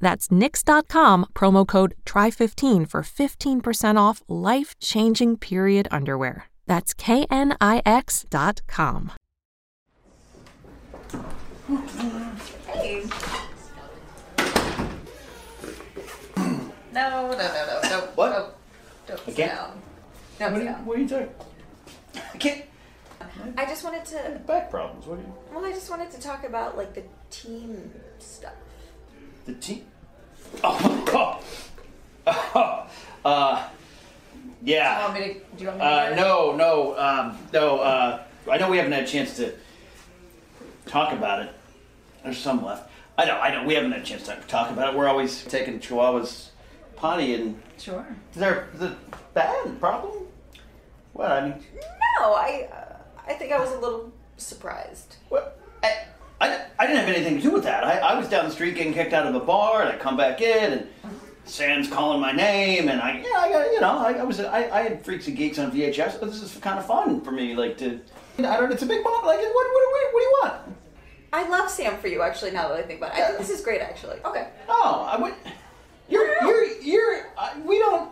That's nix.com, promo code TRY15 for 15% off life changing period underwear. That's knix.com. No, no, no, no, no. What? No, don't sit Again? down. No, What sit are you, down. what are you doing? I can't. I just wanted to. Back problems. What are you? Well, I just wanted to talk about like the team stuff. The team. Oh. oh. Uh. Do you Yeah. want me to? Do you want me to? Uh, do it? no, no, um, no. Uh, I know we haven't had a chance to talk about it. There's some left. I know, I know. We haven't had a chance to talk about it. We're always taking Chihuahuas potty, and Sure. is there is it bad problem? What I mean, No, I. Uh, I think I was a little surprised. What? I, I, I didn't have anything to do with that. I, I was down the street getting kicked out of a bar, and I come back in, and Sam's calling my name, and I, yeah, I got, you know, I, I was, I, I had Freaks and Geeks on VHS. This is kind of fun for me, like to, I don't, it's a big moment. Like, what, what, what, what do you want? I love Sam for you, actually. Now that I think about it, I think this is great, actually. Okay. Oh, I would. You're, you're, you're. I, we don't.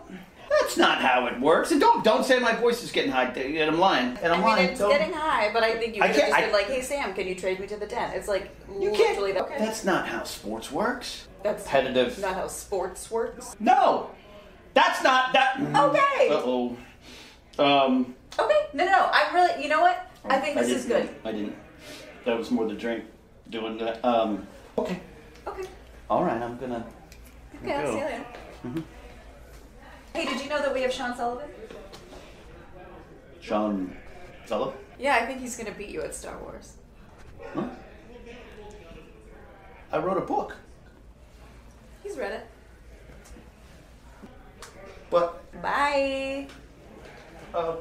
That's not how it works. And don't, don't say my voice is getting high. And I'm lying. And I I'm mean, lying. it's Don't- getting high, but I think you I could have can't- just I- been like, "Hey, Sam, can you trade me to the den?" It's like you can't. literally that- okay. That's not how sports works. That's Competitive. Not how sports works. No, that's not that. Okay. Uh oh. Um. Okay. No, no, no. I'm really. You know what? I think this is didn't- good. I didn't. That was more the drink doing that. Um. Okay. Okay. All right. I'm gonna. mm-hmm. Okay, I'll go. see you later. Hey, did you know that we have Sean Sullivan? Sean. Zello. Yeah, I think he's gonna beat you at Star Wars. Huh? I wrote a book, He's read it. but Bye. uh.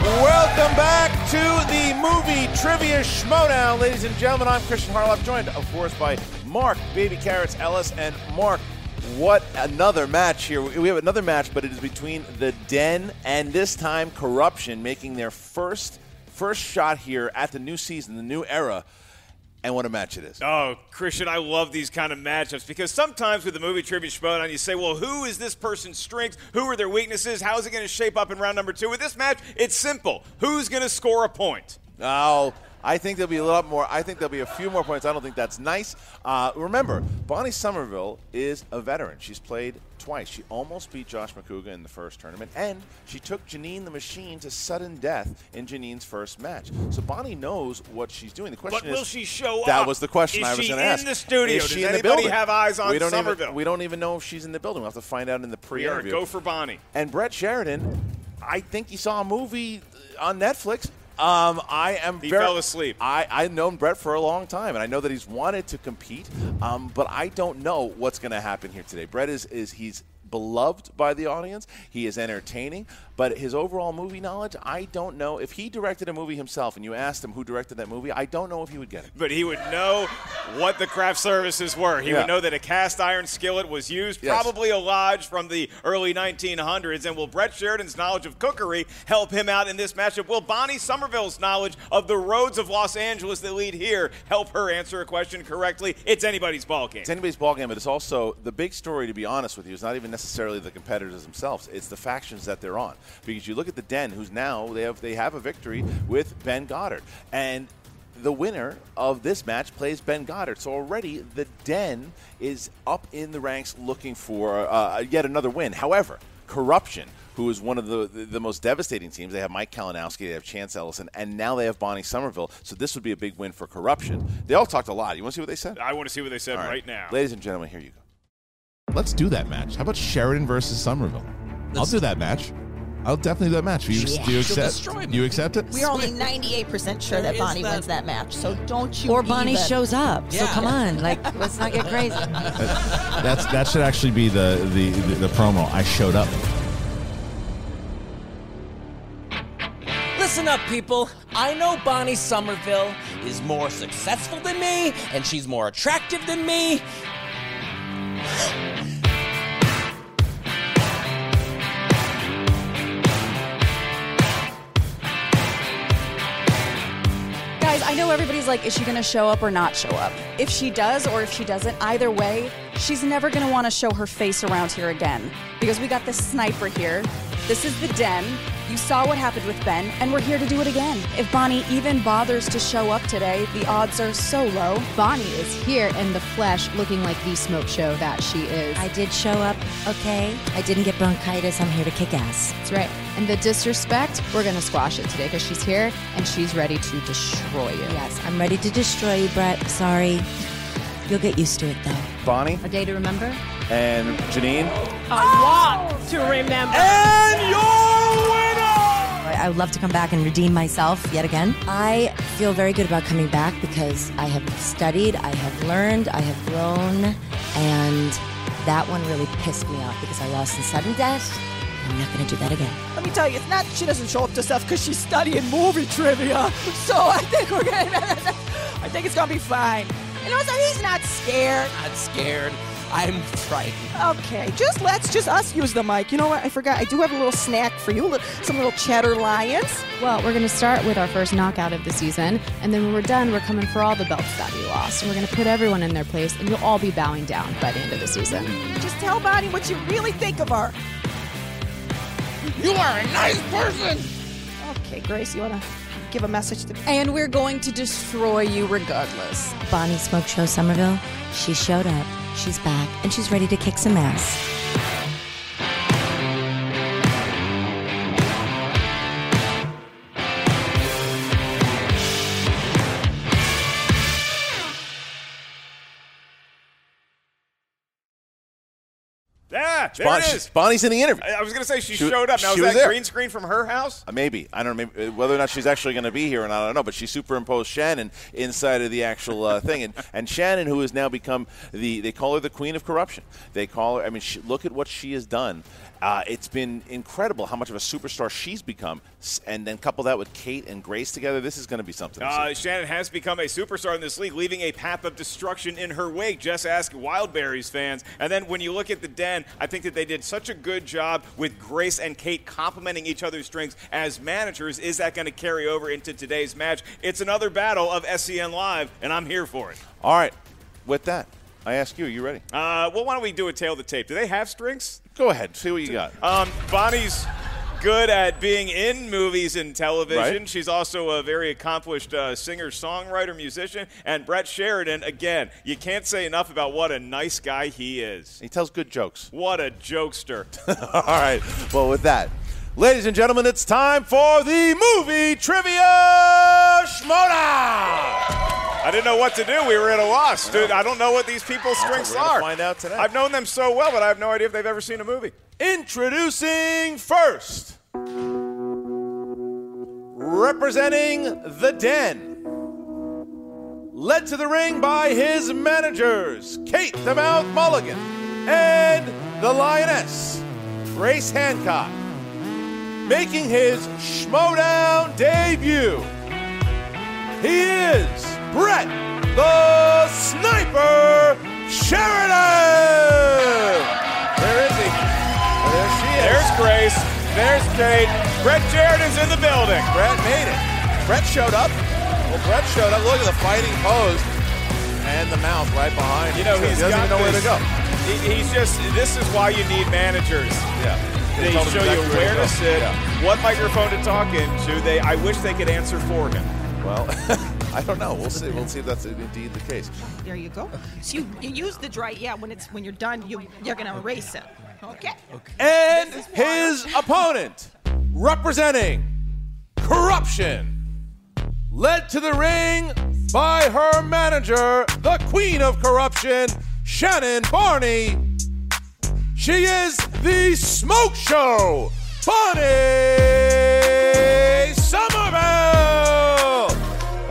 Welcome back to the movie trivia showdown, ladies and gentlemen. I'm Christian Harloff, joined, of course, by Mark Baby Carrots Ellis. And Mark, what another match here! We we have another match, but it is between the Den and this time Corruption, making their first first shot here at the new season, the new era. And what a match it is! Oh, Christian, I love these kind of matchups because sometimes with the movie trivia showdown, you say, well, who is this person's strengths? Who are their weaknesses? How is it going to shape up in round number two? With this match, it's simple. Who's going to score a point? Now, I think there'll be a lot more. I think there'll be a few more points. I don't think that's nice. Uh, remember, Bonnie Somerville is a veteran. She's played twice. She almost beat Josh McCouga in the first tournament, and she took Janine the Machine to sudden death in Janine's first match. So Bonnie knows what she's doing. The question But is, will she show That up? was the question Is I was she going to in ask. the studio? Is Does she in the anybody building? have eyes on we don't Somerville? Even, we don't even know if she's in the building. We'll have to find out in the We are pre-interview. go for Bonnie. And Brett Sheridan, I think he saw a movie on Netflix. Um, I am. He very, fell asleep. I I've known Brett for a long time, and I know that he's wanted to compete, um, but I don't know what's going to happen here today. Brett is is he's beloved by the audience. He is entertaining, but his overall movie knowledge, I don't know. If he directed a movie himself and you asked him who directed that movie, I don't know if he would get it. But he would know what the craft services were. He Yeah. would know that a cast iron skillet was used, Yes. probably a lodge from the early 1900s. And will Brett Sheridan's knowledge of cookery help him out in this matchup? Will Bonnie Somerville's knowledge of the roads of Los Angeles that lead here help her answer a question correctly? It's anybody's ball game. It's anybody's ball game, but it's also the big story. To be honest with you, is not even necessarily the competitors themselves; it's the factions that they're on. Because you look at the Den, who's now they have they have a victory with Ben Goddard, and the winner of this match plays Ben Goddard. So already the Den is up in the ranks looking for uh, yet another win. However, corruption. Who is one of the, the, the most devastating teams? They have Mike Kalinowski, they have Chance Ellison, and now they have Bonnie Somerville. So this would be a big win for corruption. They all talked a lot. You want to see what they said? I want to see what they said All right. now. Ladies and gentlemen, here you go. Let's do that match. How about Sheridan versus Somerville? I'll do that match. I'll definitely do that match. You, Yeah. do you She'll destroy accept? me. Do you accept it? We're only 98% sure There that is Bonnie that- wins that match, so don't you Or Bonnie even- shows up. So Yeah. come on, like let's not get crazy. That's that should actually be the the, the, the promo. I showed up. Listen up, people. I know Bonnie Somerville is more successful than me, and she's more attractive than me. Guys, I know everybody's like, is she going to show up or not show up? If she does or if she doesn't, either way, she's never going to want to show her face around here again because we got this sniper here. This is the den. You saw what happened with Ben, and we're here to do it again. If Bonnie even bothers to show up today, the odds are so low. Bonnie is here in the flesh, looking like the smoke show that she is. I did show up, okay? I didn't get bronchitis. I'm here to kick ass. That's right. And the disrespect, we're going to squash it today because she's here and she's ready to destroy you. Yes, I'm ready to destroy you, Brett. Sorry. You'll get used to it though. Bonnie A day to remember? and Janine. Oh! And your winner! I would love to come back and redeem myself yet again. I feel very good about coming back because I have studied, I have learned, I have grown, and that one really pissed me off because I lost in sudden death. I'm not going to do that again. Let me tell you, it's not that she doesn't show up to stuff because she's studying movie trivia. So I think we're going to. I think it's going to be fine. And also, he's not scared. I'm scared. I'm frightened. Okay, just let's just us use the mic. You know what? I forgot. I do have a little snack for you, li- some little cheddar lions. Well, we're going to start with our first knockout of the season. And then when we're done, we're coming for all the belts that we lost. And we're going to put everyone in their place and you'll all be bowing down by the end of the season. Just tell Bonnie what you really think of her. You are a nice person. Okay, Grace, you want to give a message to And we're going to destroy you regardless. Bonnie Smoke Show Somerville, she showed up, she's back, and she's ready to kick some ass. Yeah, there Bon- it is. Bonnie's in the interview. I I was going to say she, She- showed up. Now, she is was that there. green screen from her house? Uh, Maybe I don't know maybe, uh, whether or not she's actually going to be here, and I don't know. But she superimposed Shannon inside of the actual uh, thing, and, and Shannon, who has now become the they call her the queen of corruption. They call her. I mean, she, look at what she has done. Uh, it's been incredible how much of a superstar she's become, S- and then couple that with Kate and Grace together. This is going to be something. to see. Uh, Shannon has become a superstar in this league, leaving a path of destruction in her wake. Just ask Wildberries fans. And then when you look at the den, I think that they did such a good job with Grace and Kate complementing each other's strengths as managers. Is that going to carry over into today's match? It's another battle of SCN Live, and I'm here for it. All right, with that, I ask you, are you ready? Uh, well, why don't we do a tail of the tape? Do they have strengths? Go ahead, see what you got. Um, Bonnie's good at being in movies and television. Right. She's also a very accomplished uh, singer, songwriter, musician. And Brett Sheridan, again, you can't say enough about what a nice guy he is. he tells good jokes. What a jokester. All right. Well, with that, ladies and gentlemen, it's time for the movie trivia schmodown. I didn't know what to do. We were at a loss, dude. I don't know what these people's what strengths we're gonna are. find out today. I've known them so well, but I have no idea if they've ever seen a movie. Introducing first, representing the den, led to the ring by his managers, Kate the Mouth Mulligan and the Lioness, Race Hancock, making his Schmodown debut. He is Brett the Sniper Sheridan. There is he. There she is. There's Grace. There's Kate. Brett Sheridan's in the building. Brett made it. Brett showed up. Well, Brett showed up. Look at the fighting pose and the mouth right behind. You know, him, too. he's he doesn't got even know this- where to go. he- he's just. This is why you need managers. Yeah. They, told him show exactly you where where to to go. sit, what microphone to talk into. They. I wish they could answer for him. Well, I don't know. We'll see. We'll see if that's indeed the case. There you go. So you, you use the dry. Yeah, when it's when you're done, you you're gonna erase it. Okay. And his opponent, representing corruption, led to the ring by her manager, the queen of corruption, Shannon Barney. She is the Smoke Show, Bonnie Somerville.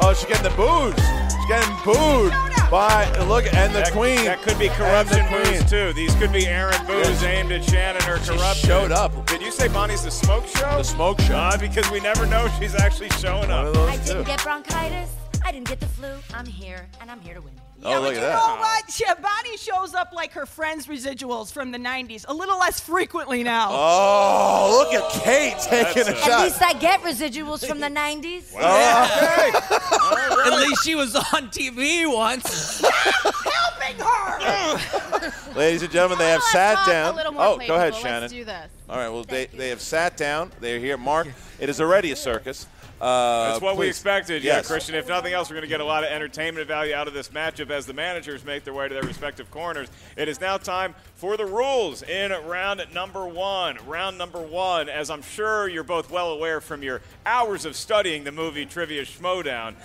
Oh, she's getting the booze. She's getting booed by look and the That- queen. That could be And the corruption queen. moves too. These could be errant moves Yes. aimed at Shannon or corruption. showed up. Did you say Bonnie's the smoke show? The smoke show. because we never know if she's actually showing up. I didn't get bronchitis. I didn't get the flu. I'm here, and I'm here to win. Oh, look at You that. know what? Shabani shows up like her friends' residuals from the '90s, a little less frequently now. Oh, look at Kate taking At a shot. least I get residuals from the 90s. At least she was on TV once. Helping her. Ladies and gentlemen, they have sat down. A little more oh, go playful. ahead, Let's Shannon. do this. All right, well, they, they have sat down. They're here. Mark, it is already a circus. Uh, That's what we please. expected, yeah, Yes. Christian. If nothing else, we're going to get a lot of entertainment value out of this matchup as the managers make their way to their respective corners. It is now time for the rules in round number one. Round number one, as I'm sure you're both well aware from your hours of studying the movie Trivia Schmodown,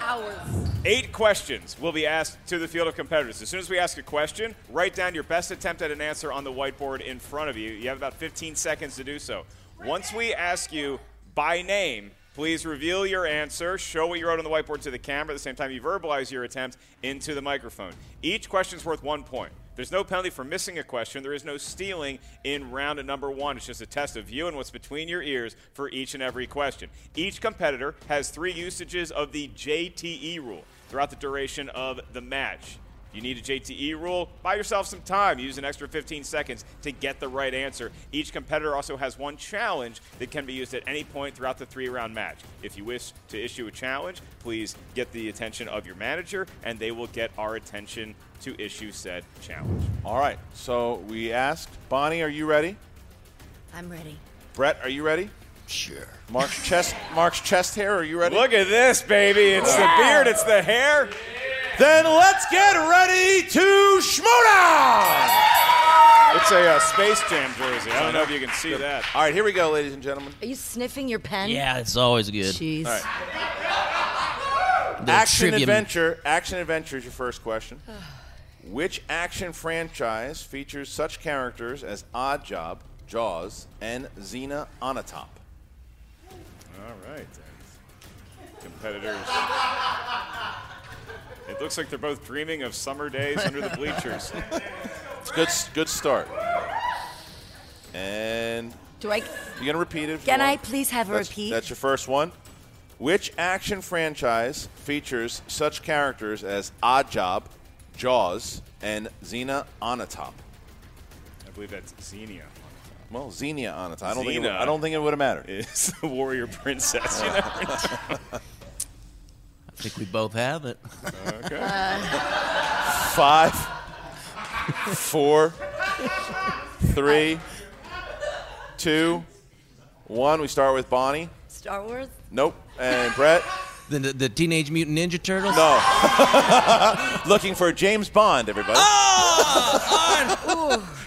Hours. Eight questions will be asked to the field of competitors. As soon as we ask a question, write down your best attempt at an answer on the whiteboard in front of you. You have about 15 seconds to do so. Once we ask you by name, please reveal your answer, show what you wrote on the whiteboard to the camera. At the same time, you verbalize your attempt into the microphone. Each question is worth one point. There's no penalty for missing a question. There is no stealing in round number one. It's just a test of you and what's between your ears for each and every question. Each competitor has three usages of the JTE rule throughout the duration of the match. If you need a JTE rule, buy yourself some time. Use an extra 15 seconds to get the right answer. Each competitor also has one challenge that can be used at any point throughout the three round match. If you wish to issue a challenge, please get the attention of your manager, and they will get our attention to issue said challenge. All right, so we asked Bonnie, are you ready? I'm ready. Brett, are you ready? Sure. Mark's chest, Mark's chest hair, are you ready? Look at this, baby. It's the beard, it's the hair. Then let's get ready to schmodown! It's a uh, Space Jam jersey. I don't know if you can see that. All right, here we go, ladies and gentlemen. Are you sniffing your pen? Yeah, it's always good. Jeez. All right. The Action trivia- adventure. Action adventure is your first question. Which action franchise features such characters as Odd Job, Jaws, and Xena Onatop? All right. Competitors. It looks like they're both dreaming of summer days under the bleachers. It's good. Good start. And Do I? you're gonna repeat it. if you Can I want. please have a That's- repeat? That's your first one. Which action franchise features such characters as Odd Job, Jaws, and Xena Onatop? I believe that's Xenia. Well, Xenia Onatop. I don't think. It, Xena I don't think it would have mattered. It's the warrior princess. You never know. I think we both have it. Okay. Uh, Uh, Five, four, three, two, one. We start with Bonnie. Star Wars? Nope. And Brett. The, the, the Teenage Mutant Ninja Turtles? No. Looking for James Bond, everybody.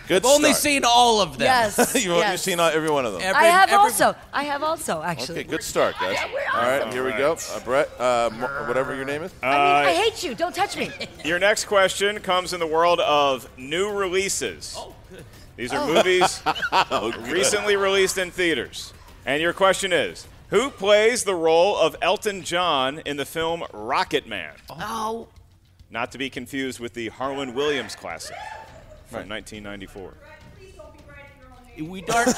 Good Oh, I've only start. seen all of them. Yes, You've only yes. seen uh, every one of them. I have also. I have also, actually. Okay, good start, guys. Yeah, we're All right, awesome. here we go. Uh, Brett, uh, Mo- whatever your name is. I hate you. Don't touch me. Uh, Your next question comes in the world of new releases. These are Oh. movies good. recently released in theaters. And your question is Who plays the role of Elton John in the film Rocket Man? Oh. Not to be confused with the Harlan Williams classic from 1994. we aren't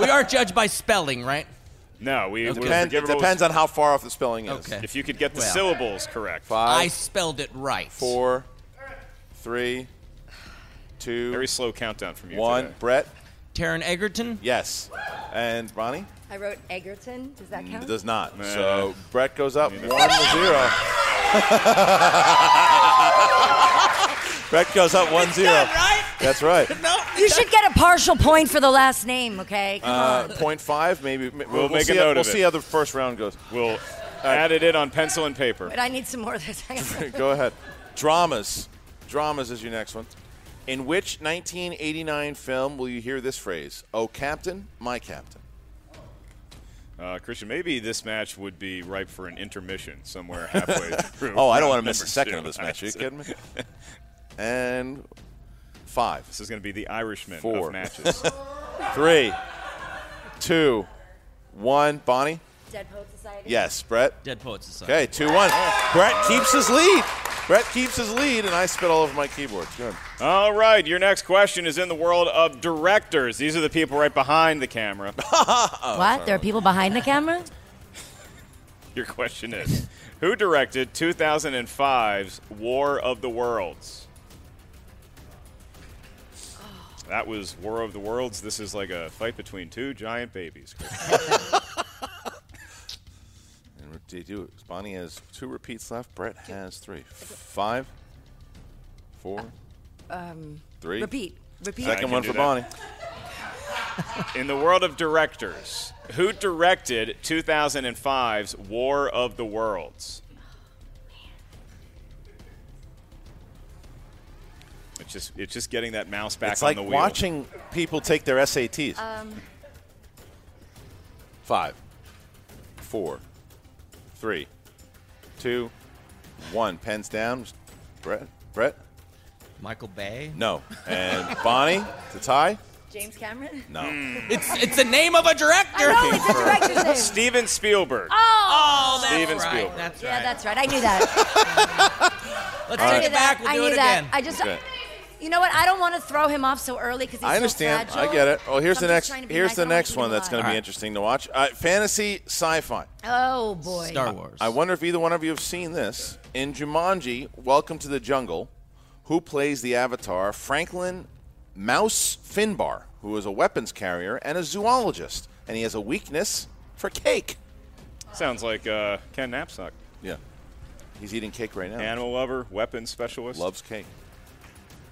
we aren't judged by spelling, right? No, we Okay. we're Depends- it forgivable depends as- on how far off the spelling is. If you could get the Well. syllables correct. Five. I spelled it right. Four, three, two. Very slow countdown from you. One. today. Brett. Taryn Egerton. Yes. And Ronnie. I wrote Egerton. Does that count? It Mm, does not. So Brett goes up one to zero. Brett goes up one zero. That's right. You should get a partial point for the last name, okay? Come Uh, on. point five, maybe. We'll, make a see note how, of We'll it. see how the first round goes. We'll add it in on pencil and paper. But I need some more of this. I gotta- Go ahead. Dramas. Dramas is your next one. In which 1989 film will you hear this phrase? Oh, Captain, my Captain. Uh, Christian, maybe this match would be ripe for an intermission somewhere halfway through. Oh, I don't want round to miss a number second two. of this match. Are you kidding me? And five. This is going to be the Irishman of Four. matches. Three, two, one. Bonnie. Dead Poet Society. Yes, Brett. Dead Poet Society. Okay, two one. Brett keeps his lead. Brett keeps his lead, and I spit all over my keyboard. Good. All right, your next question is in the world of directors. These are the people right behind the camera. Oh, what? There are people behind the camera? Your question is Who directed 2005's War of the Worlds? That was War of the Worlds. This is like a fight between two giant babies. And they do. Bonnie has two repeats left. Brett has three. Five, four, Um, three. Repeat. Repeat. I can Second one do for that. Bonnie. in the world of directors, who directed 2005's War of the Worlds? It's just it's just getting that mouse back it's on like the wheel. watching people take their SATs. Um, Five, four, three, two, one. Pens down. Brett. Brett. Michael Bay. No. And Bonnie to tie. James Cameron? No. It's it's the name of a director. I know, it's a director's name. Steven Spielberg. Oh! that's Steven right, Spielberg. That's Yeah, that's right. I knew that. Uh, Let's I take knew it back. that. We'll I do knew it that. again. I just, Okay. you know what? I don't want to throw him off so early because he's I understand. So I fragile. get it. Oh, here's So the I'm next. just trying to be Here's nice. I the don't wanna next eat one him that's going to alive. be interesting to watch. Uh, fantasy sci-fi. Oh boy. Wars. I wonder if either one of you have seen this. In Jumanji, Welcome to the Jungle, who plays the avatar Franklin Mouse Finbar, who is a weapons carrier and a zoologist, and he has a weakness for cake. Sounds like uh, Ken Knapsack. Yeah. He's eating cake right now. Animal lover, weapons specialist. Loves cake.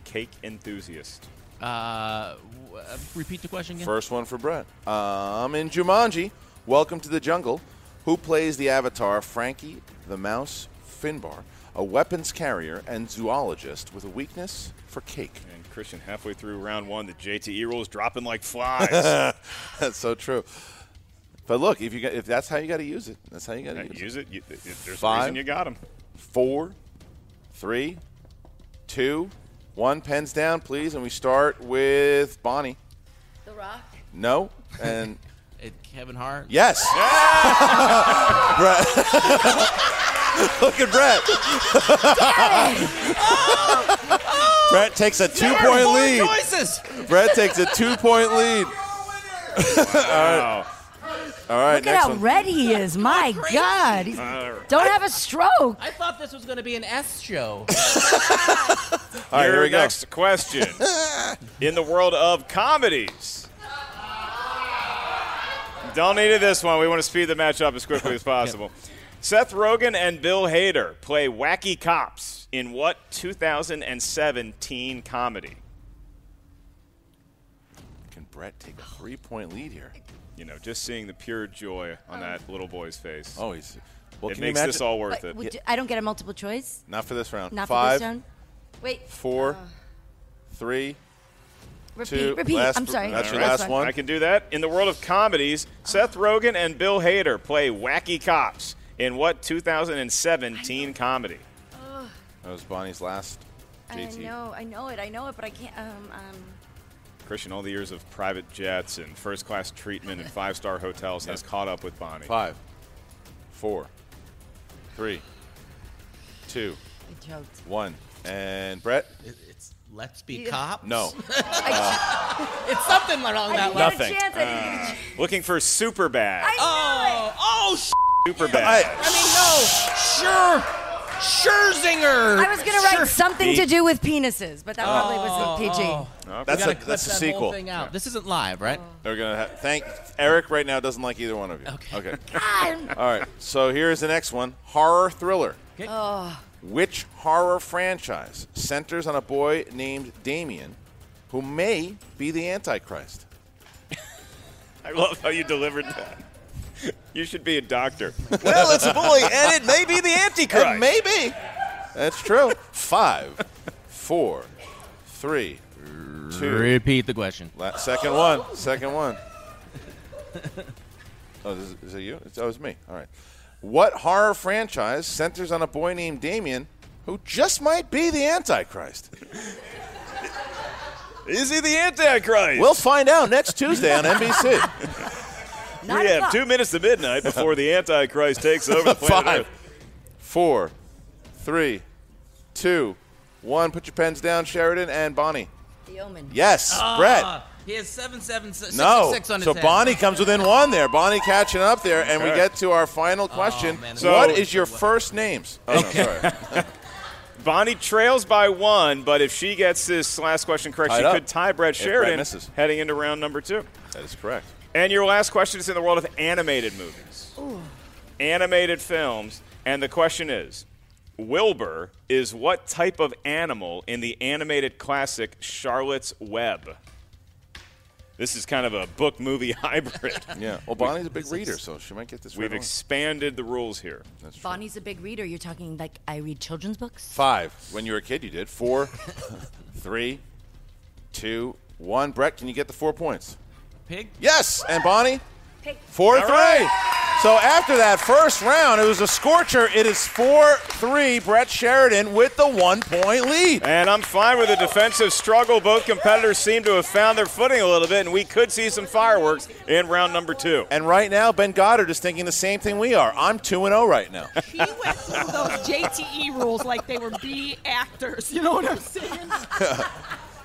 Cake enthusiast. Uh, w- uh, repeat the question again. First one for Brett. Um, in Jumanji, Welcome to the Jungle, who plays the avatar Frankie the Mouse Finbar, a weapons carrier and zoologist with a weakness for cake. And Christian, halfway through round one, the JTE rules dropping like flies. that's so true. But look, if you got, if that's how you got to use it, that's how you got Uh, to use, use it. You- th- th- there's a Five. reason you got him. Four, three, two, one. Pens down, please, and we start with Bonnie. The Rock. No, and It, Kevin Hart. yes. Brett. look at Brett. Brett takes a two-point lead. Choices. Brett takes a two-point lead. Wow. All right, Look at next how one. red he is. My God. He's, don't have a stroke. I thought this was going to be an S show. All right, Your here we go. next question. In the world of comedies. Don't need this one. We want to speed the match up as quickly as possible. Seth Rogen and Bill Hader play wacky cops in what 2017 comedy? Can Brett take a three-point lead here? You know, just seeing the pure joy Oh. on that little boy's face. Oh, he's. Well, it can you makes this imagine- all worth But it. would you- I don't get a multiple choice. Not for this round. Not for Five, this round. Wait. four, Uh, three, repeat. two. repeat. last- I'm sorry. That's your All right. last one. I can do that. In the world of comedies, Seth Rogen and Bill Hader play wacky cops in what 2017 comedy? Ugh, That was Bonnie's last. Uh, I know. I know it. I know it. But I can't. Um. um Christian, all the years of private jets and first class treatment and five star hotels has caught up with Bonnie. Five, four, three, two, I choked. one. And Brett? It- it's Let's be Yeah. cops. No. Uh, it's something I along didn't get that line. a Nothing. chance, I didn't get a Uh, looking for super bad. Oh, oh, sh- Super bad. I mean, no, sure, Scherzinger. I was gonna write Scher- something to do with penises, but that Oh. probably wasn't PG. That's We gotta a- clip that's a that whole sequel. Oh. thing out. This isn't live, right? They're gonna ha- thank Eric right now doesn't like either one of you. Okay. Okay. God. All right. So here's the next one: horror thriller. Oh. Which horror franchise centers on a boy named Damien, who may be the Antichrist? I love how you delivered that. You should be a doctor. Well, it's a boy, and it may be the Antichrist. It may be. That's true. Five, four, three, two. Uh, Repeat the question. La- second one. Second one. Oh, is, is it you? It's, oh, it's me. All right. What horror franchise centers on a boy named Damien who just might be the Antichrist? Is he the Antichrist? We'll find out next Tuesday on NBC. we have two minutes to midnight before the Antichrist takes over the planet Five, Earth. four, three, two, one. Put your pens down, Sheridan and Bonnie. The Omen. Yes, Ah, Brett. He has seven, seven, six, No. six, six on his so head. Bonnie comes within one there. Bonnie catching up there, and we Okay. get to our final question. Oh, man, So- what is your first names? Oh, no, sorry. Bonnie trails by one, but if she gets this last question correct, Tied she up. could tie Brett If Brett Sheridan misses. heading into round number two. That is correct. And your last question is in the world of animated movies, animated films, and the question is Wilbur is what type of animal in the animated classic Charlotte's Web? This is kind of a book movie hybrid. Yeah. Well, Bonnie's a big reader, so she might get this We've right. expanded the rules here. Bonnie's a big reader. You're talking like I read children's books. Five. When you were a kid, you did. Four, three, two, one. Brett, can you get the four points? Pig? Yes. And Bonnie? Pig. Four, All three. So after that first round, it was a scorcher. It is four, three. Brett Sheridan with the one point lead. And I'm fine with a defensive struggle. Both competitors seem to have found their footing a little bit, and we could see some fireworks in round number two. And right now, Ben Goddard is thinking the same thing we are. I'm 2 and 0 right now. Those JTE rules like they were B actors. You know what I'm saying?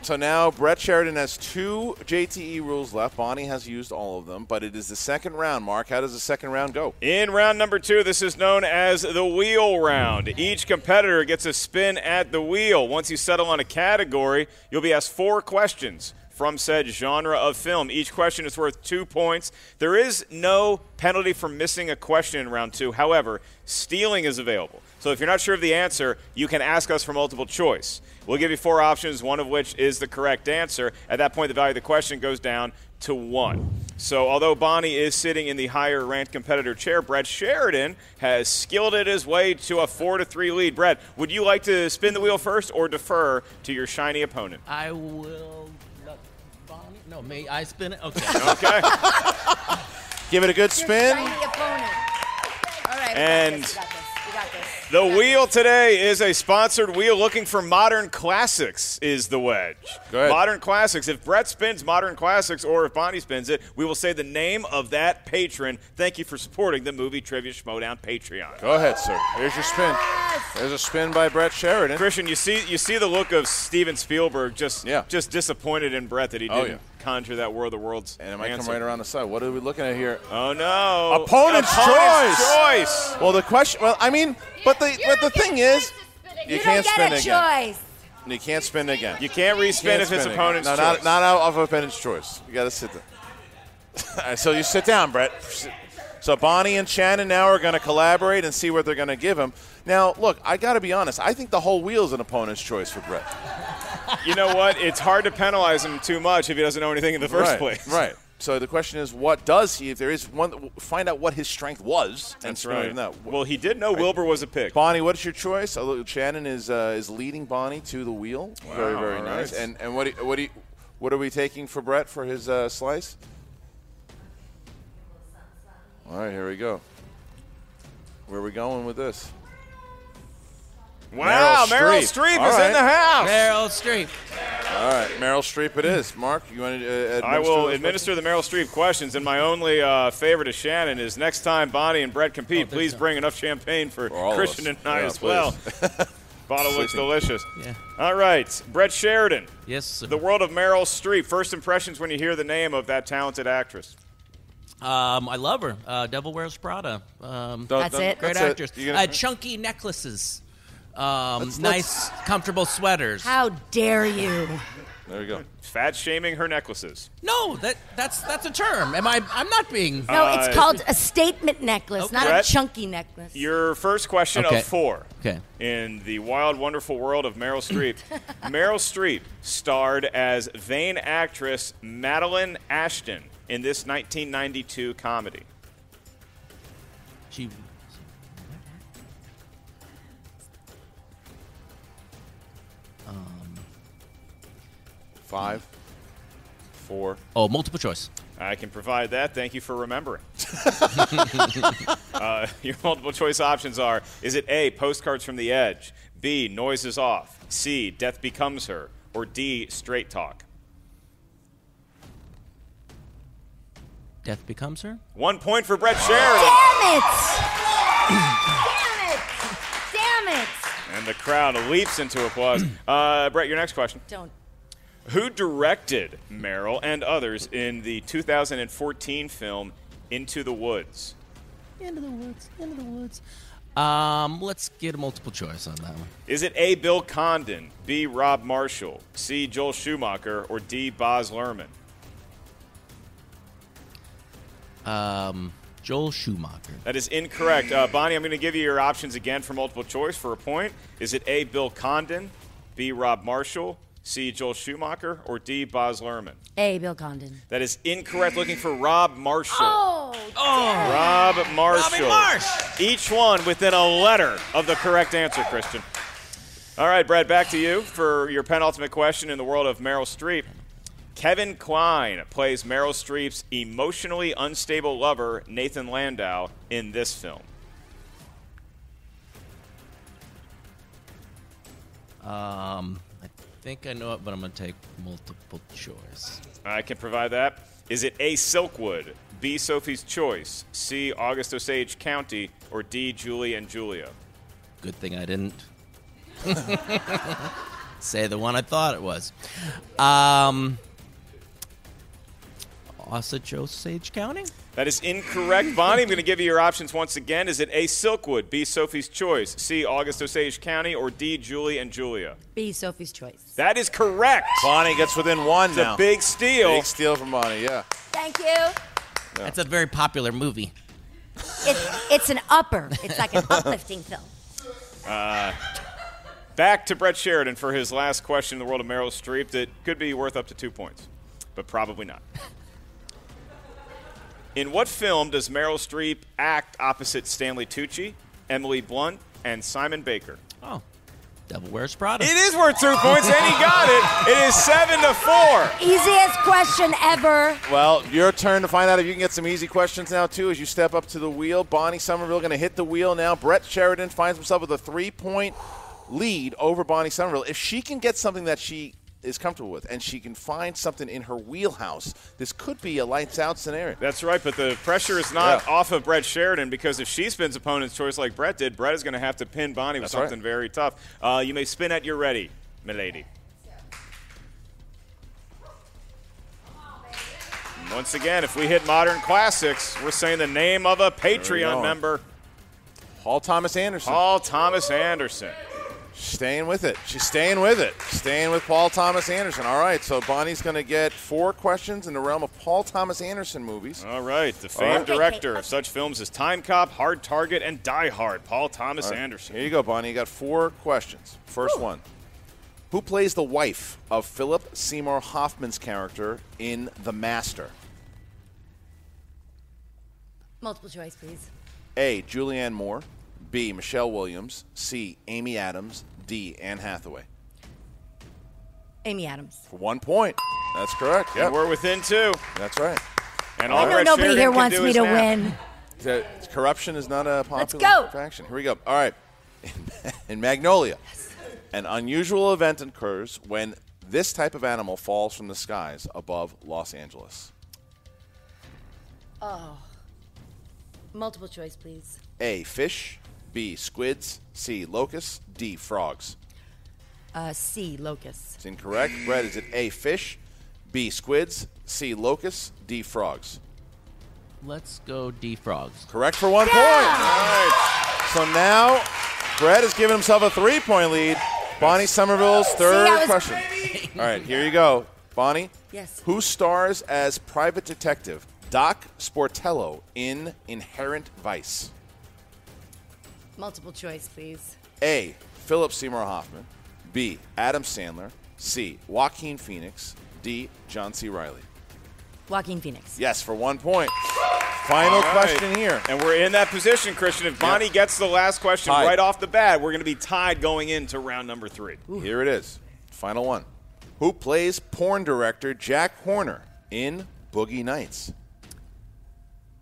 so now Brett Sheridan has two JTE rules left. Bonnie has used all of them, but it is the second round. Mark, how does the second round go? In round number two, this is known as the wheel round. Each competitor gets a spin at the wheel. Once you settle on a category, you'll be asked four questions from said genre of film. Each question is worth two points. There is no penalty for missing a question in round two. However, stealing is available. So if you're not sure of the answer, you can ask us for multiple choice. We'll give you four options, one of which is the correct answer. At that point, the value of the question goes down to one. So although Bonnie is sitting in the higher ranked competitor chair, Brett Sheridan has skilled it his way to a four to three lead. Brett, would you like to spin the wheel first or defer to your shiny opponent? I will. Let Bonnie. No, may I spin it? Okay. Okay. Give it a good Shiny opponent. All right. And We got this. We got this. The wheel today is a sponsored wheel looking for modern classics is the wedge. Modern classics. If Brett spins modern classics or if Bonnie spins it, we will say the name of that patron. Thank you for supporting the movie Trivia Schmodown Patreon. Go ahead, sir. Here's your spin. There's a spin by Brett Sheridan. Christian, you see you see the look of Steven Spielberg just just disappointed in Brett that he Oh, didn't conjure that War of the Worlds. And it might come right around the side. What are we looking at here? Oh no. Opponent's, Opponent's choice. Well, the question. Well, I mean, but the but the thing is, you, You can't don't spin get a again. choice. You can't spin again. You can't re-spin if it's spin opponent's again. No, choice. Not, not out of opponent's choice. You got to sit there. All right, so you sit down, Brett. So Bonnie and Shannon now are going to collaborate and see what they're going to give him. Now, look, I got to be honest. I think the whole wheel is an opponent's choice for Brett. You know what? It's hard to penalize him too much if he doesn't know anything in the first right, place. Right. So the question is, what does he? If there is one, find out what his strength was. and That's spin away right. from that. Well, he did know Wilbur was a pick. Bonnie, what's your choice? Oh, look, Shannon is uh, is leading Bonnie to the wheel. Wow, very very all nice. right. And and what do you, what do you, what are we taking for Brett for his uh, slice? All right, here we go. Where are we going with this? Wow, Meryl Streep All is in right. the house. Meryl Streep. All right, Meryl Streep it is. Mark, you want to uh, I will those administer the Meryl Streep questions, and my only uh, favor to Shannon is Oh, next time Bonnie and Brett compete, please bring enough champagne for all of Christian us. and I Yeah, as well. Bottle looks Sleeping. delicious. Yeah. All right, Brett Sheridan. Yes, sir. The world of Meryl Streep. First impressions when you hear the name of that talented actress. Um, I love her. Uh, Devil Wears Prada. Um, Dun- That's dun- it. Great that's it. actress. You gonna- Uh, chunky necklaces. Um, Let's- nice, comfortable sweaters. How dare you? There you go. Fat shaming her necklaces. No, that that's that's a term. Am I? I'm not being. No, Uh, it's called a statement necklace, not Brett? a chunky necklace. Your first question Okay. of four. Okay. In the wild, wonderful world of Meryl Streep, Meryl Streep starred as vain actress Madeline Ashton in this 1992 comedy. She. Um, Five, four. oh, multiple choice. I can provide that. Thank you for remembering. uh, your multiple choice options are Is it A, postcards from the edge? B, noises off? C, death becomes her? Or D, straight talk? Death becomes her. One point for Brett Sheridan. Damn it! Damn it! Damn it! And the crowd leaps into applause. Uh, Brett, your next question. Don't. Who directed Meryl and others in the 2014 film Into the Woods? Into the woods. Into the woods. Um, let's get a multiple choice on that one. Is it A. Bill Condon, B. Rob Marshall, C. Joel Schumacher, or D. Boz Lerman? Um, Joel Schumacher. That is incorrect. Uh, Bonnie, I'm going to give you your options again for multiple choice for a point. Is it A. Bill Condon, B. Rob Marshall, C. Joel Schumacher, or D. Boz Lerman? A. Bill Condon. That is incorrect. Looking for Rob Marshall. Oh. Rob Marshall. Marsh. Each one within a letter of the correct answer, Christian. All right, Brad, back to you for your penultimate question in the world of Meryl Streep. Kevin Klein plays Meryl Streep's emotionally unstable lover, Nathan Landau, in this film. Um, I think I know it, but I'm gonna take multiple choice. I can provide that. Is it A. Silkwood, B. Sophie's Choice, C. August Osage County, or D. Julie and Julia? Good thing I didn't say the one I thought it was. Um, Osage Osage County. That is incorrect. Bonnie, I'm going to give you your options once again. Is it A. Silkwood, B. Sophie's Choice, C. August Osage County, or D. Julie and Julia? B. Sophie's choice. That is correct. Bonnie gets within one It's now. a big steal. Big steal from Bonnie. Yeah. Thank you. That's a very popular movie. It's, it's an upper. It's like an uplifting film. Uh, back to Brett Sheridan for his last question in the world of Meryl Streep that could be worth up to two points, but probably not. In what film does Meryl Streep act opposite Stanley Tucci, Emily Blunt, and Simon Baker? Oh, Devil Wears Prada. It is worth two points, and he got it. It is seven to four. Easiest question ever. Well, your turn to find out if you can get some easy questions now too. As you step up to the wheel, Bonnie Somerville going to hit the wheel now. Brett Sheridan finds himself with a three-point lead over Bonnie Somerville. If she can get something that she is comfortable with, and she can find something in her wheelhouse, this could be a lights-out scenario. That's right, but the pressure is not Yeah. off of Brett Sheridan because if she spins opponent's choice like Brett did, Brett is going to have to pin Bonnie with That's right. something very tough. Uh, you may spin at your ready, milady. And Once again, if we hit modern classics, we're saying the name of a go. Patreon member, Paul Thomas Anderson. Paul Thomas Anderson. Staying with it. She's staying with it. Staying with Paul Thomas Anderson. All right, so Bonnie's going to get four questions in the realm of Paul Thomas Anderson movies. All right, the All famed right. director of such films as Time Cop, Hard Target, and Die Hard, Paul Thomas All right, Anderson. Here you go, Bonnie. You got four questions. First one Who plays the wife of Philip Seymour Hoffman's character in The Master? Multiple choice, please. A. Julianne Moore. B. Michelle Williams. C. Amy Adams. D. Anne Hathaway. Amy Adams. For one point. That's correct. And we're within two. That's right. And I Oh, all know Brett nobody Sheridan here can wants do me is to nap. win. The- corruption is not a popular Let's go. faction. Here we go. All right. In Magnolia, an unusual event occurs when this type of animal falls from the skies above Los Angeles. Oh. Multiple choice, please. A. Fish. B. Squids. C. Locusts. D. Frogs. Uh, C. Locust. It's incorrect. Brad, is it A. Fish. B. Squids. C. Locusts. D. Frogs. Let's go D frogs. Correct for one point. All right. So now Brad has given himself a three point lead. Bonnie Somerville's third I was question. All right, here you go. Bonnie? Yes. Who stars as private detective Doc Sportello in Inherent Vice? Multiple choice, please. A. Philip Seymour Hoffman. B. Adam Sandler. C. Joaquin Phoenix. D. John C. Riley. Joaquin Phoenix. Yes, for one point. Final All right. question here. And we're in that position, Christian. If Bonnie gets the last question Tied. right off the bat, we're going to be tied going into round number three. Here it is. Final one. Who plays porn director Jack Horner in Boogie Nights?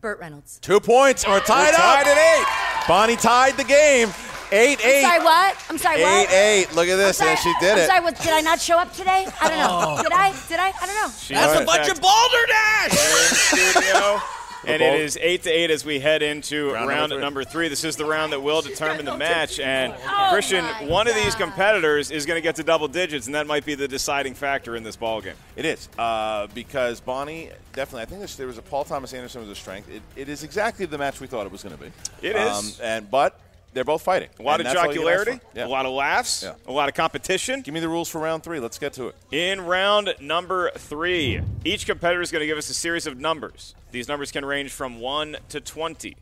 Burt Reynolds. Two points. We're tied up. We're tied at eight. Bonnie tied the game. Eight I'm eight. sorry, what? I'm sorry, Eight what? eight. Look at this. I'm and she did I'm it. sorry, what, did I not show up today? I don't know. Oh. Did I? Did I? I don't know. She That's a is. bunch of balderdash! And it ball- is eight to eight as we head into round, number number, three. three. This is the round that will determine the match. And Christian, one of these competitors is going to get to double digits, and that might be the deciding factor in this ball game. It is uh, because Bonnie definitely. I think this, there was a Paul Thomas Anderson was a strength. It, it is exactly the match we thought it was going to be. Um, It is. and but they're both fighting. A lot And of that's all you can ask jocularity, for. Yeah. a lot of laughs, a lot of competition. Give me the rules for round three. Let's get to it. In round number three, each competitor is going to give us a series of numbers. These numbers can range from 1 to 20.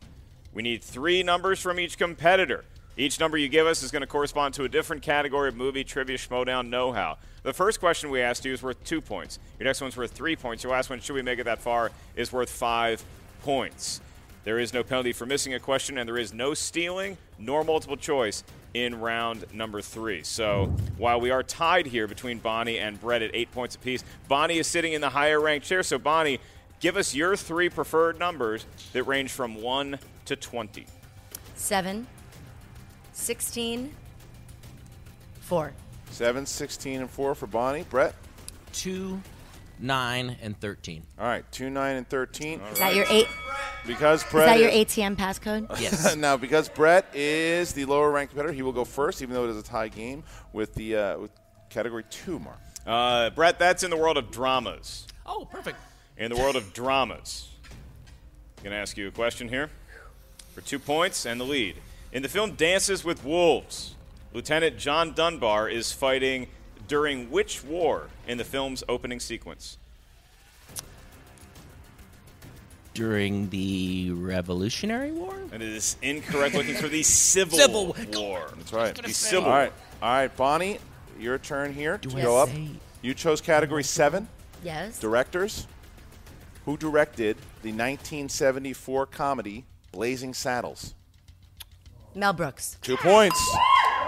We need three numbers from each competitor. Each number you give us is going to correspond to a different category of movie, trivia, schmodown, know how. The first question we asked you is worth two points. Your next one's worth three points. Your last one, should we make it that far, is worth five points. There is no penalty for missing a question, and there is no stealing nor multiple choice in round number three. So while we are tied here between Bonnie and Brett at eight points apiece, Bonnie is sitting in the higher ranked chair. So, Bonnie, give us your three preferred numbers that range from 1 to 20. 7, 16, 4. Seven, sixteen, and four for Bonnie. Brett. Two, nine, and thirteen. All right, two, nine, and thirteen. Is that your eight? Because Is Brett that your is- ATM passcode? now, because Brett is the lower ranked competitor, he will go first, even though it is a tie game with the uh, with category two mark. Uh, Brett, that's in the world of dramas. Oh, perfect. In the world of dramas, I'm going to ask you a question here for two points and the lead. In the film Dances with Wolves, Lieutenant John Dunbar is fighting during which war in the film's opening sequence? During the Revolutionary War? Oh. And it is incorrect looking for the Civil, Civil War. That's right. The Civil All War. right, all right, Bonnie, your turn here to I go up. say- You chose category seven. Yes. Directors. Who directed the 1974 comedy Blazing Saddles? Mel Brooks. Two points.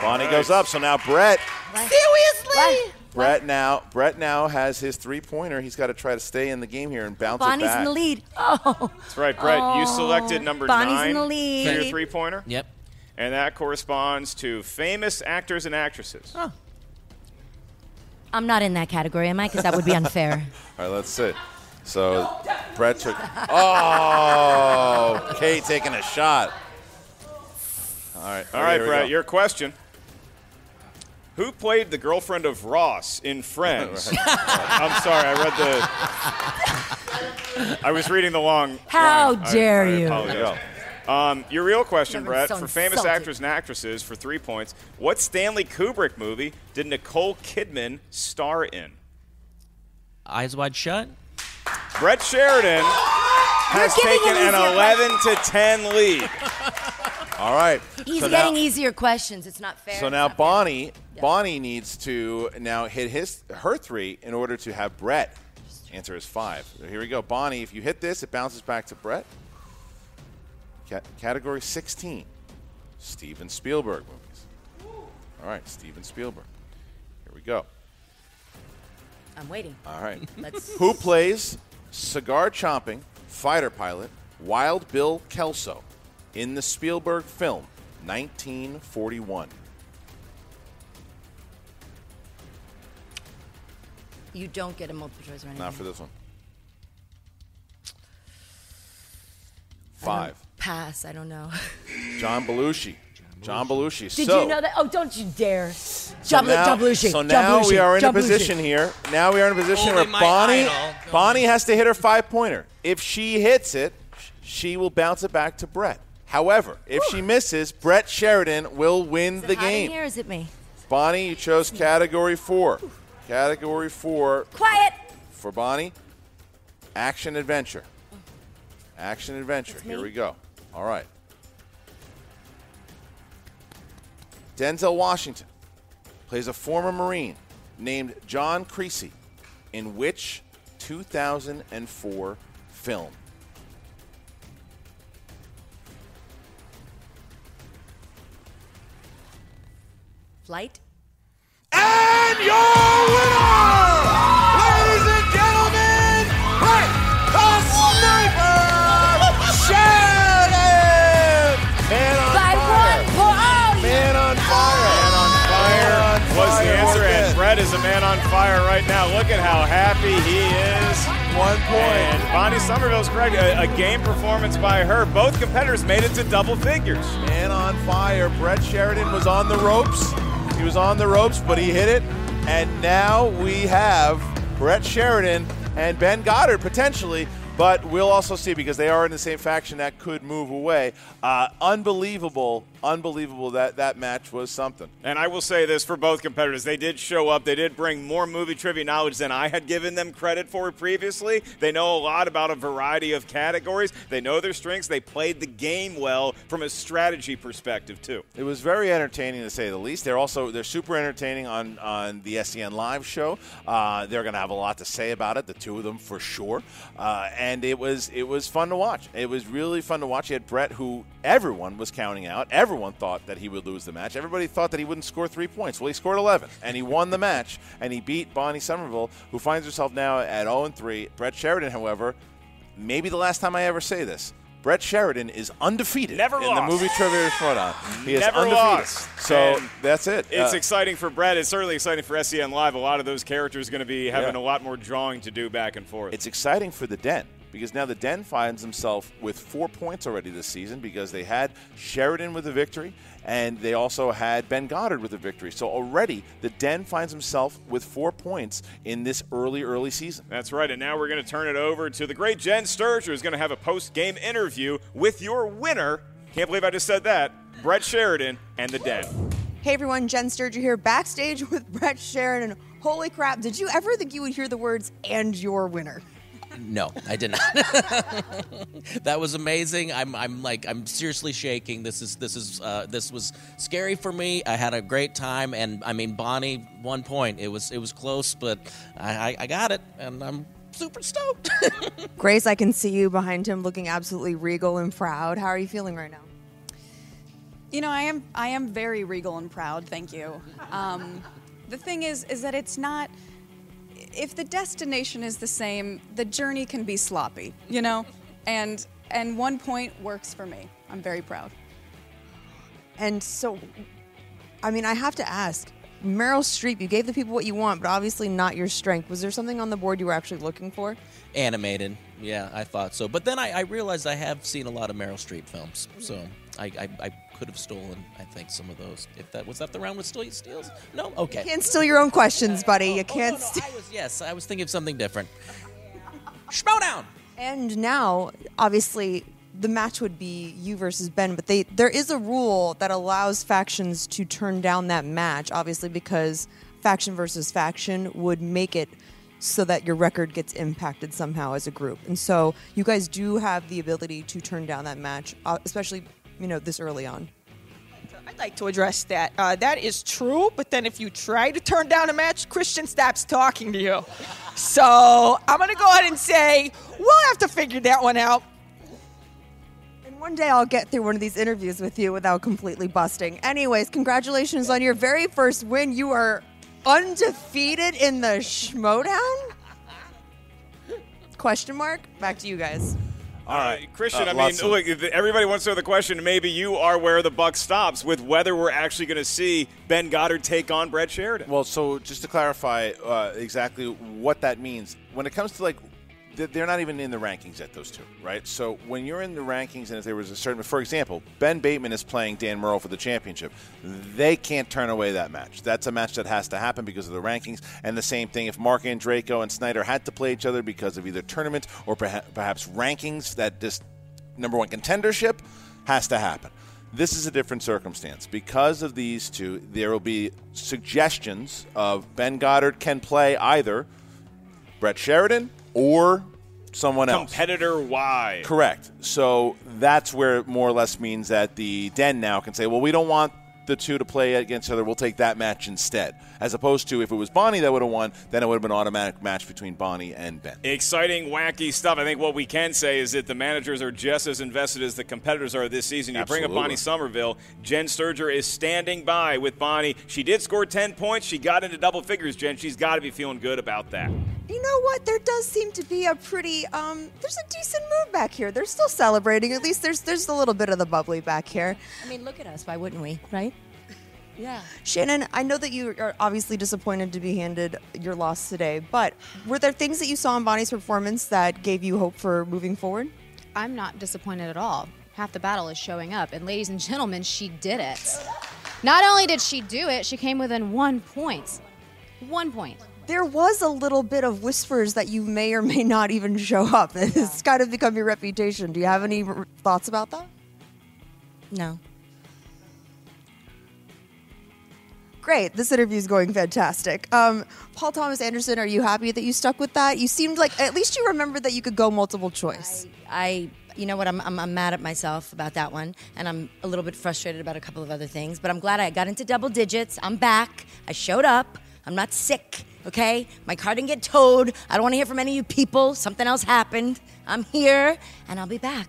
Bonnie goes up. So now Brett Seriously? Brett now Brett now has his three pointer. He's got to try to stay in the game here and bounce it Bonnie's back. in the lead. Oh. That's right, Brett. you Oh, selected number Bonnie's nine in the for your lead. three pointer. Yep. And that corresponds to famous actors and actresses. I'm not in that category, am I? Because that would be unfair. All right, let's see. So Brett took. Oh, Kate taking a shot. All right, All right, here we Brett, go. your question. Who played the girlfriend of Ross in Friends? I'm sorry, I read the. I was reading the long. How line. I- dare I you. apologize. Um, your real question, Never Brett, so for famous insulted. actors and actresses for three points. What Stanley Kubrick movie did Nicole Kidman star in? Eyes wide shut? Brett Sheridan has giving taken him an 11 easier to 10 lead. All right. He's so getting now, easier questions. It's not fair. So now Bonnie, Bonnie needs to now hit his her three in order to have Brett answer his five. So here we go, Bonnie. If you hit this, it bounces back to Brett. Ca- category 16, Steven Spielberg movies. All right, Steven Spielberg. Here we go. I'm waiting. All right. Let's- Who plays cigar chomping fighter pilot Wild Bill Kelso in the Spielberg film 1941? You don't get a multiple choice or anything. Not for this one. Five. Pass. I don't know. John Belushi. John Belushi. Did so, you know that? Oh, don't you dare. So John, Bel- now, John Belushi. So John now we Belushi, are in John a Belushi. position here. Now we are in a position Only where my Bonnie idol. Bonnie has to hit her five pointer. If she hits it, sh- she will bounce it back to Brett. However, if she misses, Brett Sheridan will win the Hot in game. here, is it me? Bonnie, you chose category four. Category four Quiet. for Bonnie. Action adventure. Action adventure. Here we go. All right. Denzel Washington plays a former Marine named John Creasy in which 2004 film? Flight. And your winner, ladies and gentlemen, Brett the Sniper Sheridan! Man on By fire. one point. Oh, Man on fire. Man on fire. Was the answer, and Brett is a man on fire right now. Look at how happy he is. One point. And Bonnie Somerville's correct. A, a game performance by her. Both competitors made it to double figures. Man on fire. Brett Sheridan was on the ropes. He was on the ropes, but he hit it. And now we have Brett Sheridan and Ben Goddard potentially, but we'll also see because they are in the same faction that could move away. Uh, unbelievable, unbelievable that that match was something. And I will say this for both competitors. They did show up. They did bring more movie trivia knowledge than I had given them credit for previously. They know a lot about a variety of categories. They know their strengths. They played the game well from a strategy perspective, too. It was very entertaining to say the least. They're also they're super entertaining on on the SEN live show. Uh, they're going to have a lot to say about it, the two of them for sure. Uh, and it was it was fun to watch. It was really fun to watch. You had Brett, who everyone was counting out. Everyone thought that he would lose the match. Everybody thought that he wouldn't score three points. Well, he scored 11, and he won the match, and he beat Bonnie Somerville, who finds herself now at 0 and 3. Brett Sheridan, however, maybe the last time I ever say this. Brett Sheridan is undefeated Never in lost. the movie trivia showdown. He is Never undefeated. lost. So And that's it. It's Uh, exciting for Brett. It's certainly exciting for SEN Live. A lot of those characters going to be having Yeah. a lot more drawing to do back and forth. it's exciting for the Den because now the Den finds himself with four points already this season because they had Sheridan with a victory and they also had Ben Goddard with a victory. So already the Den finds himself with four points in this early, early season. That's right. And now we're going to turn it over to the great Jen Sturge, who's going to have a post game interview with your winner. Can't believe I just said that. Brett Sheridan and the Den. Hey everyone, Jen Sturger here, backstage with Brett Sheridan. Holy crap, did you ever think you would hear the words and your winner? No, I did not. that was amazing. I'm, I'm like, I'm seriously shaking. This is, this is, uh, this was scary for me. I had a great time, and I mean, Bonnie, one point. It was, it was close, but I, I, I got it, and I'm super stoked. Grace, I can see you behind him looking absolutely regal and proud. How are you feeling right now? You know, I am I am very regal and proud. Thank you. Um, the thing is, is that it's not. If the destination is the same, the journey can be sloppy. You know, and and one point works for me. I'm very proud. And so, I mean, I have to ask Meryl Streep, you gave the people what you want, but obviously not your strength. Was there something on the board you were actually looking for? Animated, yeah, I thought so. But then I, I realized I have seen a lot of Meryl Streep films, so I, I, I could have stolen, I think, some of those. If that was that the round with steal steals? No, okay. oh, You can't steal your own questions, buddy. You can't steal. I was, yes, I was thinking of something different. And now, obviously, the match would be you versus Ben, but they there is a rule that allows factions to turn down that match, obviously, because faction versus faction would make it so that your record gets impacted somehow as a group. And so you guys do have the ability to turn down that match, uh, especially you know this early on. I'd like to address that. Uh, that is true, but then if you try to turn down a match, Christian stops talking to you. So I'm going to go ahead and say we'll have to figure that one out. And one day I'll get through one of these interviews with you without completely busting. Anyways, congratulations on your very first win. You are undefeated in the Schmodown? Question mark? Back to you guys. All right, Christian. Uh, I mean, lots of- look, if everybody wants to know the question. Maybe you are where the buck stops with whether we're actually going to see Ben Goddard take on Brett Sheridan. Well, so just to clarify uh, exactly what that means, when it comes to like th- they're not even in the rankings at those two, right? So when you're in the rankings, and if there was a certain, for example, Ben Bateman is playing Dan Merle for the championship, they can't turn away that match. That's a match that has to happen because of the rankings. And the same thing if Mark Andraco and Snyder had to play each other because of either tournament or perha- perhaps rankings that this number one contendership has to happen. This is a different circumstance. Because of these two, there will be suggestions of Ben Goddard can play either Brett Sheridan or someone else. Competitor Y. Correct. So that's where it more or less means that the den now can say, well, we don't want the two to play against each other. We'll take that match instead. As opposed to if it was Bonnie that would have won, then it would have been an automatic match between Bonnie and Ben. Exciting, wacky stuff. I think what we can say is that the managers are just as invested as the competitors are this season. You bring Absolutely. up Bonnie Somerville. Jen Sturger is standing by with Bonnie. She did score 10 points. She got into double figures, Jen. She's got to be feeling good about that. You know what? There does seem to be a pretty um there's a decent mood back here. They're still celebrating. At least there's there's a little bit of the bubbly back here. I mean, look at us. Why wouldn't we? Right? Yeah. Shannon, I know that you are obviously disappointed to be handed your loss today, but were there things that you saw in Bonnie's performance that gave you hope for moving forward? I'm not disappointed at all. Half the battle is showing up, and ladies and gentlemen, she did it. Not only did she do it, she came within one point. One point. There was a little bit of whispers that you may or may not even show up. It's kind of become your reputation. Do you have any r- thoughts about that? No. Great. This interview is going fantastic. Um, Paul Thomas Anderson, are you happy that you stuck with that? You seemed like at least you remembered that you could go multiple choice. I, you know what, I'm, I'm, I'm mad at myself about that one. And I'm a little bit frustrated about a couple of other things. But I'm glad I got into double digits. I'm back. I showed up. I'm not sick, okay? My car didn't get towed. I don't want to hear from any of you people. Something else happened. I'm here and I'll be back.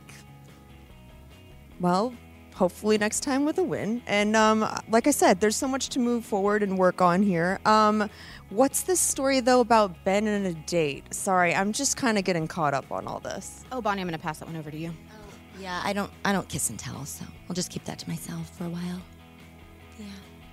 Well, hopefully next time with a win. And um, like I said, there's so much to move forward and work on here. Um, what's this story though about Ben and a date? Sorry, I'm just kind of getting caught up on all this. Oh, Bonnie, I'm going to pass that one over to you. Yeah, I don't I don't kiss and tell, so I'll just keep that to myself for a while.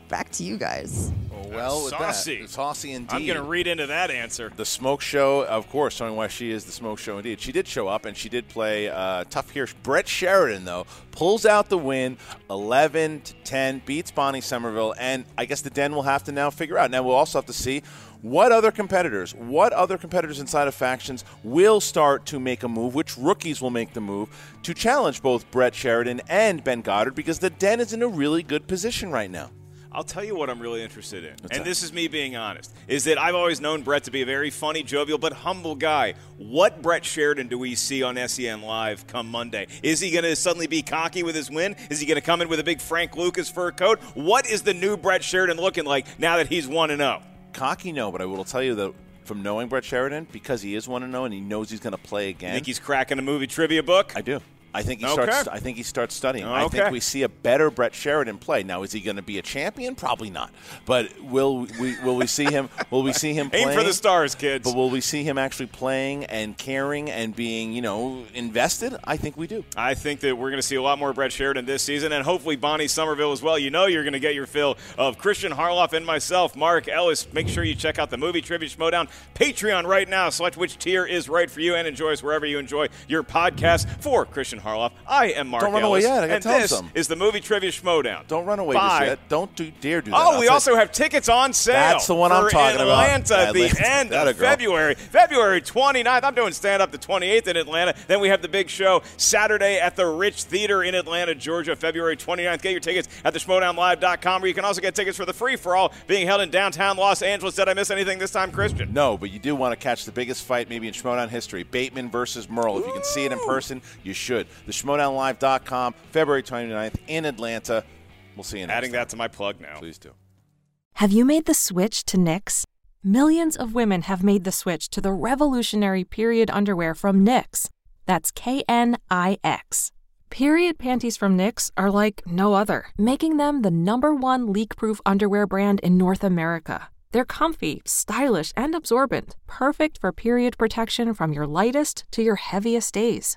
Back to you guys. well, with that, saucy. saucy indeed. I'm going to read into that answer. The Smoke Show, of course, showing why she is the Smoke Show indeed. She did show up and she did play uh, tough here. Brett Sheridan, though, pulls out the win 11 to 10, beats Bonnie Somerville, and I guess the den will have to now figure out. Now we'll also have to see what other competitors, what other competitors inside of factions will start to make a move, which rookies will make the move to challenge both Brett Sheridan and Ben Goddard because the den is in a really good position right now. I'll tell you what I'm really interested in, and this is me being honest, is that I've always known Brett to be a very funny, jovial, but humble guy. What Brett Sheridan do we see on SEN Live come Monday? Is he going to suddenly be cocky with his win? Is he going to come in with a big Frank Lucas fur coat? What is the new Brett Sheridan looking like now that he's oh? 1 0? Cocky, no, but I will tell you that from knowing Brett Sheridan, because he is one to know and he knows he's going to play again. Think he's cracking a movie trivia book? I do. I think he Okay. starts. I think he starts studying. I Okay. think we see a better Brett Sheridan play. Now, is he going to be a champion? Probably not. But will we will we see him? Will we see him? Aim for Playing? the stars, kids. But will we see him actually playing and caring and being you know invested? I think we do. I think that we're going to see a lot more Brett Sheridan this season, and hopefully Bonnie Somerville as well. You know you're going to get your fill of Christian Harloff and myself, Mark Ellis. Make sure you check out the movie Tribute Schmodown Patreon right now. Select which tier is right for you and enjoy us wherever you enjoy your podcast. For Christian Harloff, I am Mark Don't run away Ellis, yet. I gotta and tell him this something. is the movie Trivia Schmodown. Don't run away Bye. just yet. Don't do dare do that. Oh, we I'll also say- have tickets on sale. That's the one I'm for talking about. Atlanta at the Atlanta. end Atta of girl. February. February 29th. I'm doing stand up the 28th in Atlanta. Then we have the big show Saturday at the Rich Theater in Atlanta, Georgia, February 29th. Get your tickets at theshmodownlive.com where you can also get tickets for the free for all being held in downtown Los Angeles. Did I miss anything this time, Christian? No, but you do want to catch the biggest fight maybe in Schmodown history Bateman versus Merle. If you can see it in person, you should. The SchmodownLive.com, February 29th in Atlanta. We'll see you next Adding that to my plug now. Please do. Have you made the switch to Nix? Millions of women have made the switch to the revolutionary period underwear from Nix. That's K N I X. Period panties from Nix are like no other, making them the number one leak proof underwear brand in North America. They're comfy, stylish, and absorbent, perfect for period protection from your lightest to your heaviest days.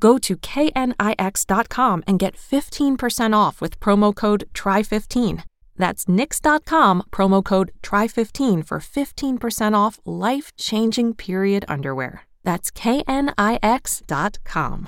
Go to knix.com and get 15% off with promo code TRY15. That's nix.com, promo code TRY15 for 15% off life changing period underwear. That's knix.com.